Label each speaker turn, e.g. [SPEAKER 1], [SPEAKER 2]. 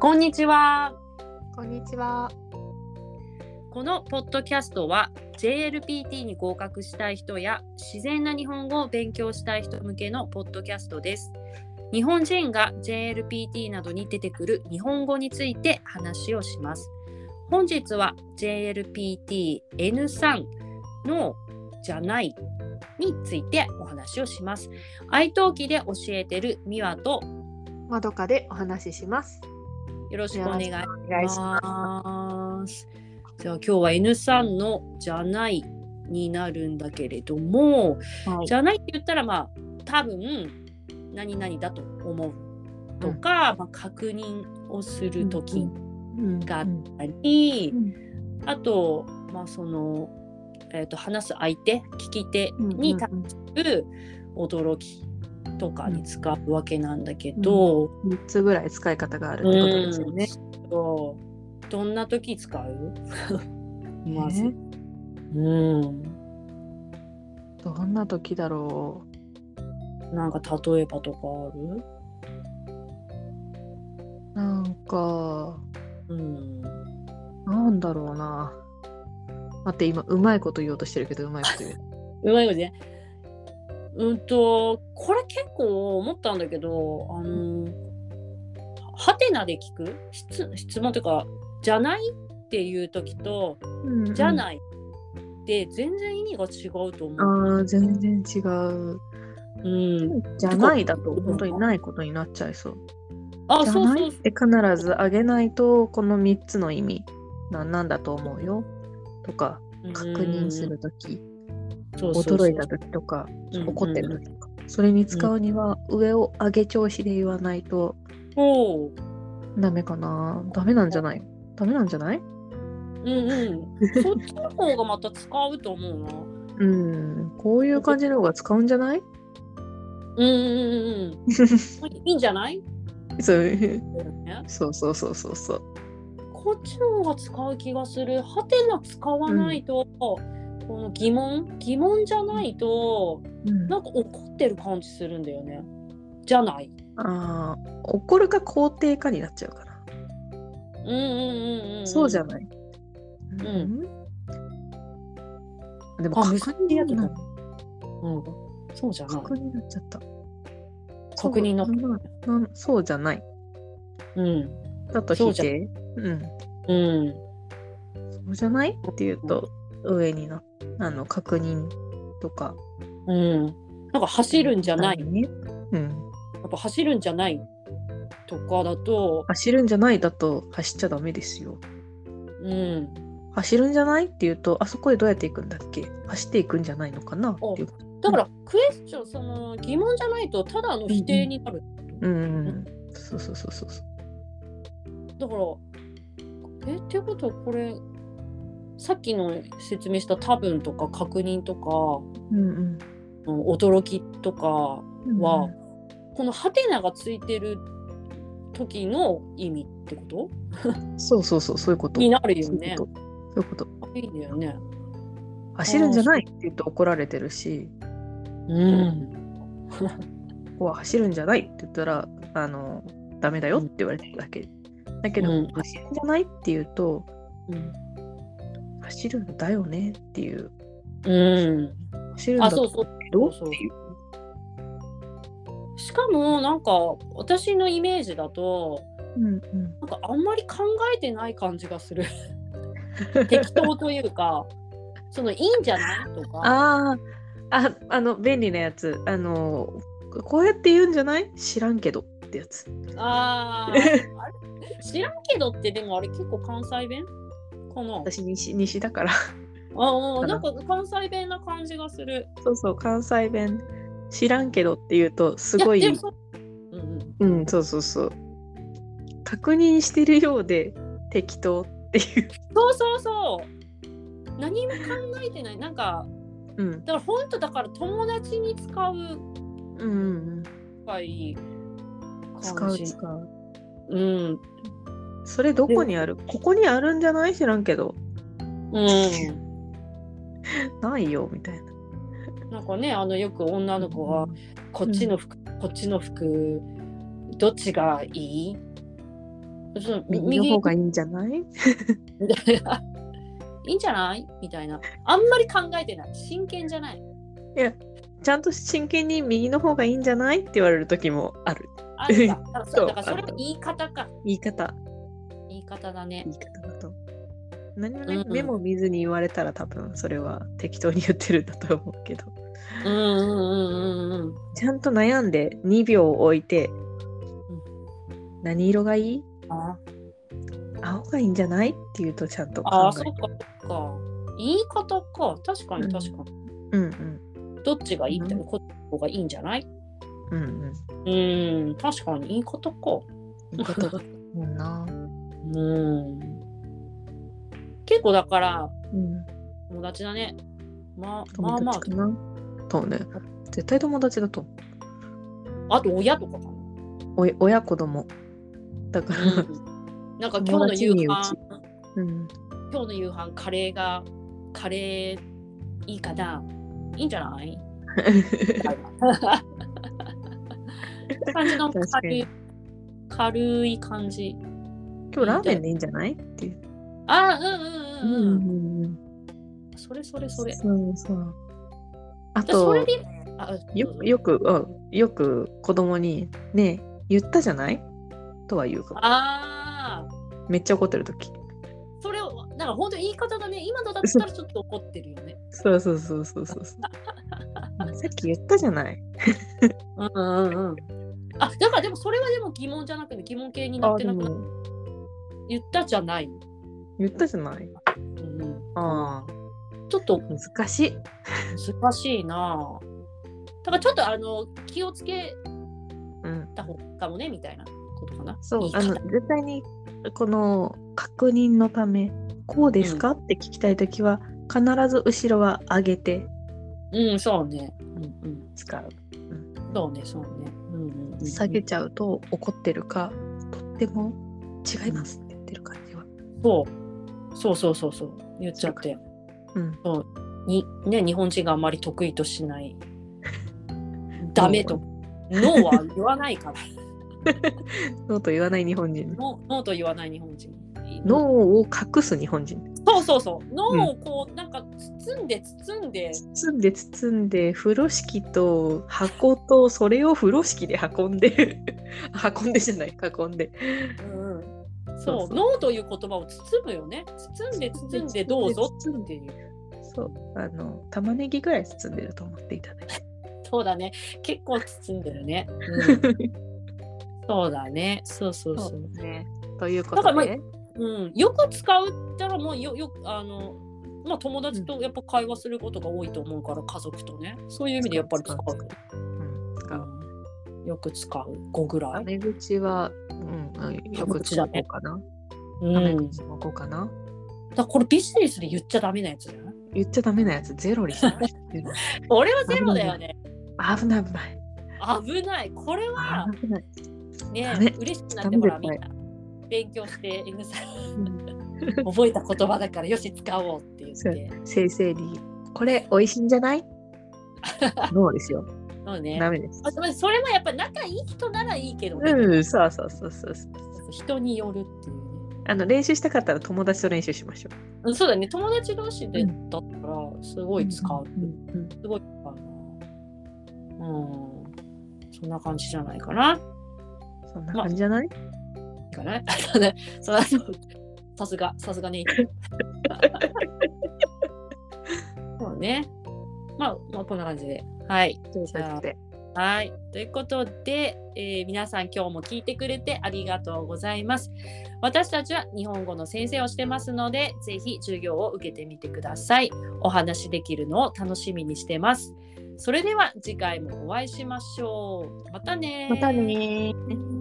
[SPEAKER 1] こんにちは。
[SPEAKER 2] こんにちは。
[SPEAKER 1] このポッドキャストは JLPT に合格したい人や自然な日本語を勉強したい人向けのポッドキャストです。日本人が JLPT などに出てくる日本語について話をします。本日は JLPTN3 のじゃないについてお話をします。愛登記で教えてるミワと
[SPEAKER 2] まどかでお話しします。
[SPEAKER 1] よろしくお願いします
[SPEAKER 2] お願いしま
[SPEAKER 1] ます。じゃあ今日は N さんの「じゃない」になるんだけれども、
[SPEAKER 2] す。はい
[SPEAKER 1] じゃないって言ったらまあ多分何々だと思うとか、まあ、確認をする時があっ
[SPEAKER 2] うん
[SPEAKER 1] たり、
[SPEAKER 2] うん
[SPEAKER 1] あとまあその、えー、と話す相手聞き手に対する驚きとかに使うわけなんだけど、
[SPEAKER 2] 三つぐらい使い方があるってことですよね。
[SPEAKER 1] そうどんな時使うまず
[SPEAKER 2] ね
[SPEAKER 1] うん、
[SPEAKER 2] どんな時だろ
[SPEAKER 1] なんか例えばとかあ
[SPEAKER 2] う。なんか
[SPEAKER 1] る？うん。
[SPEAKER 2] なんだろうな。待って今うまいこと言おうとしてるけどうまいこと言う。
[SPEAKER 1] うまいことね。うんとこれ結構思ったんだけど、あのハテナで聞く質質問というかじゃないっていう時とじゃ
[SPEAKER 2] い。
[SPEAKER 1] ないって全然意味が違うと思う。
[SPEAKER 2] ああ全然違う。
[SPEAKER 1] うん。
[SPEAKER 2] じゃないだと本当にないことになっちゃいそう。
[SPEAKER 1] あ、
[SPEAKER 2] じゃ
[SPEAKER 1] そう
[SPEAKER 2] な
[SPEAKER 1] そ
[SPEAKER 2] いうっ
[SPEAKER 1] そう。
[SPEAKER 2] て必ずあげないとこの3つの意味なんなんだと思うよとか確認すると
[SPEAKER 1] う
[SPEAKER 2] き、
[SPEAKER 1] ん。そうそうそう
[SPEAKER 2] 驚いたときとか、
[SPEAKER 1] うん
[SPEAKER 2] 怒ってるときとか、それに使うには上を上げ調子で言わないと
[SPEAKER 1] そう。
[SPEAKER 2] ダメかなダメなんじゃないダメなんじゃない
[SPEAKER 1] うんうん。そっちの方がまた使うと思うな。
[SPEAKER 2] うんこういう感じの方が使うんじゃない
[SPEAKER 1] うんうんうんうん。 いいんじゃない？
[SPEAKER 2] そうそうそうそうそうそう
[SPEAKER 1] こっちの方が使う気がする。ハテナ使わないと、この疑問疑問じゃないと
[SPEAKER 2] うん
[SPEAKER 1] なんか怒ってる感じするんだよね。じゃない。
[SPEAKER 2] あー怒るか肯定かになっちゃうから
[SPEAKER 1] うんうんうんうん。
[SPEAKER 2] そうじゃ
[SPEAKER 1] ん。
[SPEAKER 2] ない。
[SPEAKER 1] ん
[SPEAKER 2] うん。でも
[SPEAKER 1] あ難
[SPEAKER 2] 確
[SPEAKER 1] しい
[SPEAKER 2] 認
[SPEAKER 1] や
[SPEAKER 2] や
[SPEAKER 1] つ
[SPEAKER 2] け
[SPEAKER 1] だ
[SPEAKER 2] ど
[SPEAKER 1] うん。そうじゃない。
[SPEAKER 2] 確認になっちゃった。
[SPEAKER 1] 確認の
[SPEAKER 2] そうななそうじゃない。
[SPEAKER 1] うん
[SPEAKER 2] だと
[SPEAKER 1] そう
[SPEAKER 2] 否
[SPEAKER 1] じゃ
[SPEAKER 2] 定。うん。
[SPEAKER 1] うん。
[SPEAKER 2] そうじゃないっていうと上になあの確認とか。
[SPEAKER 1] うん。なんか走るんじゃない。や
[SPEAKER 2] ね。うん。
[SPEAKER 1] っぱ走るんじゃないとかだと、
[SPEAKER 2] 走るんじゃないだと走っちゃダメですよ。
[SPEAKER 1] うん。
[SPEAKER 2] 走るんじゃないっていうとあそこへどうやって行くんだっけ走っていくんじゃないのかなっていう。
[SPEAKER 1] だからクエスチョンその疑問じゃないとただの否定になる、
[SPEAKER 2] うん。そうそうそうそうそう。
[SPEAKER 1] だからえっていうことはこれさっきの説明した多分とか確認とか
[SPEAKER 2] うん
[SPEAKER 1] うん驚きとか
[SPEAKER 2] うん。
[SPEAKER 1] は、このハテナがついてる時の意味ってこと
[SPEAKER 2] そうそうそうそういうこと。
[SPEAKER 1] になるよ
[SPEAKER 2] そうい
[SPEAKER 1] ね
[SPEAKER 2] うこと。そういうこと。
[SPEAKER 1] いいんだよね
[SPEAKER 2] 走るんじゃないって言うと怒られてるし、
[SPEAKER 1] うん
[SPEAKER 2] ここは走るんじゃないって言ったら、あの、ダメだよって言われてるだけ。だけど、
[SPEAKER 1] うん
[SPEAKER 2] 走るんじゃないって言うと、走るんだよねっていう、
[SPEAKER 1] うん
[SPEAKER 2] 走るん
[SPEAKER 1] あ
[SPEAKER 2] だ
[SPEAKER 1] そうそう
[SPEAKER 2] けど
[SPEAKER 1] そうそう
[SPEAKER 2] っていう。
[SPEAKER 1] しかもなんか私のイメージだと
[SPEAKER 2] うんうん
[SPEAKER 1] なんかあんまり考えてない感じがする 適当というかそのいいんじゃないとか
[SPEAKER 2] あーあ、あの、便利なやつ。あの、こうやって言うんじゃない知らんけどってやつ。
[SPEAKER 1] あーあれ知らんけどってでもあれ結構関西弁かな
[SPEAKER 2] 私西、西だから。
[SPEAKER 1] ああな
[SPEAKER 2] かなん
[SPEAKER 1] か関西弁な感じがする
[SPEAKER 2] そうそう、関西弁、知らんけどって言うと、すごい。
[SPEAKER 1] やでもそううん
[SPEAKER 2] うん、そうそうそう。確認してるようで適当っていう。
[SPEAKER 1] そうそうそう何も考えてないなんか
[SPEAKER 2] うん。
[SPEAKER 1] だから本当だから友達に使う
[SPEAKER 2] うんうんうん。
[SPEAKER 1] がいい
[SPEAKER 2] 使う
[SPEAKER 1] 感じ
[SPEAKER 2] 使う。
[SPEAKER 1] うん
[SPEAKER 2] それどこにあるここにあるんじゃない知らんけど。
[SPEAKER 1] うん
[SPEAKER 2] ないよ、みたいな。
[SPEAKER 1] なんかねあのよく女の子が「こっちの服、こっちの服どっちがいいそうみ
[SPEAKER 2] 右の
[SPEAKER 1] 右
[SPEAKER 2] 方がいいんじゃない
[SPEAKER 1] みたいないいんじゃないみたいなあんまり考えてない真剣じゃない
[SPEAKER 2] ちゃんと真剣に右の方がいいんじゃないって言われる時もある。
[SPEAKER 1] あるかだから
[SPEAKER 2] そ
[SPEAKER 1] そうだからそれ
[SPEAKER 2] あ
[SPEAKER 1] は
[SPEAKER 2] る
[SPEAKER 1] 言い方か
[SPEAKER 2] 言い方、
[SPEAKER 1] 言い方だね
[SPEAKER 2] 言い方だと。何もね、
[SPEAKER 1] うん
[SPEAKER 2] 目も見ずに言われたら多分それは適当に言ってるんだと思うけど。
[SPEAKER 1] うんうんうんうんうん
[SPEAKER 2] ちゃんと悩んで2秒置いて、何色がいい
[SPEAKER 1] あ
[SPEAKER 2] 青がいいんじゃないって言うとちゃんと考え
[SPEAKER 1] あーそっかそっか言い方か確か
[SPEAKER 2] う
[SPEAKER 1] に
[SPEAKER 2] ん
[SPEAKER 1] 確かに、
[SPEAKER 2] うんうん
[SPEAKER 1] どっちがいいって
[SPEAKER 2] う
[SPEAKER 1] こっちの方がいいんじゃない
[SPEAKER 2] うんうん。
[SPEAKER 1] うん確かに言い方か
[SPEAKER 2] 言 い方だと思うな。
[SPEAKER 1] うん結構だから
[SPEAKER 2] うん、
[SPEAKER 1] 友達だねまあまあ
[SPEAKER 2] 友
[SPEAKER 1] ま
[SPEAKER 2] 達かな。そうね。絶対友達だと思う
[SPEAKER 1] ああと親とか かな
[SPEAKER 2] おい親子供。だから、
[SPEAKER 1] うんなんか今日の夕
[SPEAKER 2] 友
[SPEAKER 1] 飯
[SPEAKER 2] 達うん、
[SPEAKER 1] 今日の夕飯カレーがカレーいいかないいんじゃないみたいな 感じの
[SPEAKER 2] 確か
[SPEAKER 1] 軽い
[SPEAKER 2] に
[SPEAKER 1] 軽い感じ
[SPEAKER 2] 今日ラーメンでいいんじゃないっていう。
[SPEAKER 1] あうんうんうんうん、
[SPEAKER 2] んうん。
[SPEAKER 1] それそれそれ
[SPEAKER 2] そうそう。あ
[SPEAKER 1] じゃあそ
[SPEAKER 2] と
[SPEAKER 1] れであ
[SPEAKER 2] よ
[SPEAKER 1] どうぞ
[SPEAKER 2] よく、うん、よく子供に「ねえ言ったじゃない?」とは言うかも
[SPEAKER 1] ああ
[SPEAKER 2] めっちゃ怒ってる時
[SPEAKER 1] それをなんか本当に言い方だね今のだったらちょっと怒ってるよね
[SPEAKER 2] そうそうそうそうそうそうさっき言ったじゃない
[SPEAKER 1] うんうんうんあだからでもそれはでも疑問じゃなくて疑問形にな
[SPEAKER 2] あ
[SPEAKER 1] って
[SPEAKER 2] で
[SPEAKER 1] なくな
[SPEAKER 2] も
[SPEAKER 1] 言ったじゃない、
[SPEAKER 2] 言ったじゃない
[SPEAKER 1] うんうん、
[SPEAKER 2] ああ
[SPEAKER 1] ちょっと
[SPEAKER 2] 難しい
[SPEAKER 1] 難しいなぁだからちょっとあの気をつけ
[SPEAKER 2] うん
[SPEAKER 1] た方かもねみたいなことかな
[SPEAKER 2] そう
[SPEAKER 1] 言い
[SPEAKER 2] あ
[SPEAKER 1] 方
[SPEAKER 2] の絶対にこの確認のためこうですか、って聞きたい時は必ず後ろは上げて
[SPEAKER 1] うんそうねうん
[SPEAKER 2] 使う
[SPEAKER 1] うんそうねそうねうんうんうんうん
[SPEAKER 2] 下げちゃうと怒ってるかとっても違いますって言ってる感じは
[SPEAKER 1] そうそうそうそうそう言っちゃって
[SPEAKER 2] うん
[SPEAKER 1] にね日本人があまり得意とし ないダメとノーは言わないから
[SPEAKER 2] ノーと言わない日本人
[SPEAKER 1] ノーノーと言わない日本人
[SPEAKER 2] 脳を隠す日本人
[SPEAKER 1] そうそうそうノーをこう、なんか包んで包んで
[SPEAKER 2] 包んで包んで風呂敷と箱とそれを風呂敷で運んで 運んでじゃない運んで
[SPEAKER 1] うんうん
[SPEAKER 2] そ
[SPEAKER 1] そ
[SPEAKER 2] うそう
[SPEAKER 1] う、ノーという言葉を包むよね。包んで包んでどうぞ
[SPEAKER 2] 包ん
[SPEAKER 1] っていう。
[SPEAKER 2] そうあの玉ねぎぐらい包んでると思っていただいて
[SPEAKER 1] そうだね。結構包んでるね。 そうだね。そうそうそう。
[SPEAKER 2] ねという
[SPEAKER 1] だ
[SPEAKER 2] こ
[SPEAKER 1] か
[SPEAKER 2] と
[SPEAKER 1] らまあ
[SPEAKER 2] で
[SPEAKER 1] うん、よく使うったらもうよよくあの。まあ、友達とやっぱ会話することが多いと思うから、家族とねそういう意味でやっぱり使う
[SPEAKER 2] 使ううん使う
[SPEAKER 1] うんよく使う5ぐら
[SPEAKER 2] タ
[SPEAKER 1] い、
[SPEAKER 2] メ口は、うんうん、よく使おうかな
[SPEAKER 1] う
[SPEAKER 2] タメ
[SPEAKER 1] ん、だ
[SPEAKER 2] 口もこうかな
[SPEAKER 1] からこれビジネスで言っちゃダメなやつじゃない
[SPEAKER 2] 言っちゃダメなやつゼロにしない
[SPEAKER 1] 俺はゼロだよね
[SPEAKER 2] 危ない危ない
[SPEAKER 1] 危ないこれは
[SPEAKER 2] 危ない
[SPEAKER 1] ね
[SPEAKER 2] ダメ
[SPEAKER 1] 嬉しくなってほら
[SPEAKER 2] ダ
[SPEAKER 1] み
[SPEAKER 2] メ
[SPEAKER 1] ん
[SPEAKER 2] 絶
[SPEAKER 1] な勉強して N さん覚えた言葉だからよし使おうって言っ
[SPEAKER 2] そう
[SPEAKER 1] て
[SPEAKER 2] 先生にこれ美味しいんじ ゃないノーですよ
[SPEAKER 1] そうね
[SPEAKER 2] ダメです
[SPEAKER 1] あでもそれもやっぱ仲いい人ならいいけどね、
[SPEAKER 2] うん、そうそうそうそうそう。
[SPEAKER 1] 人によるっていうね
[SPEAKER 2] あの練習したかったら友達と練習しましょ
[SPEAKER 1] うんそうだね友達同士で
[SPEAKER 2] う
[SPEAKER 1] だったらすご
[SPEAKER 2] う。
[SPEAKER 1] い使う、
[SPEAKER 2] んうん
[SPEAKER 1] すごい使うなうんそんな感じじゃないかな
[SPEAKER 2] そんな感じじゃない？
[SPEAKER 1] いいかなそうね そうさすがさすがねそうねまあまあこんな感じではい
[SPEAKER 2] ということで、
[SPEAKER 1] はい。ということで、えー皆さん今日も聞いてくれてありがとうございます。私たちは日本語の先生をしてますので、ぜひ授業を受けてみてください。お話しできるのを楽しみにしてます。それでは次回もお会いしましょう。またねー
[SPEAKER 2] またねー。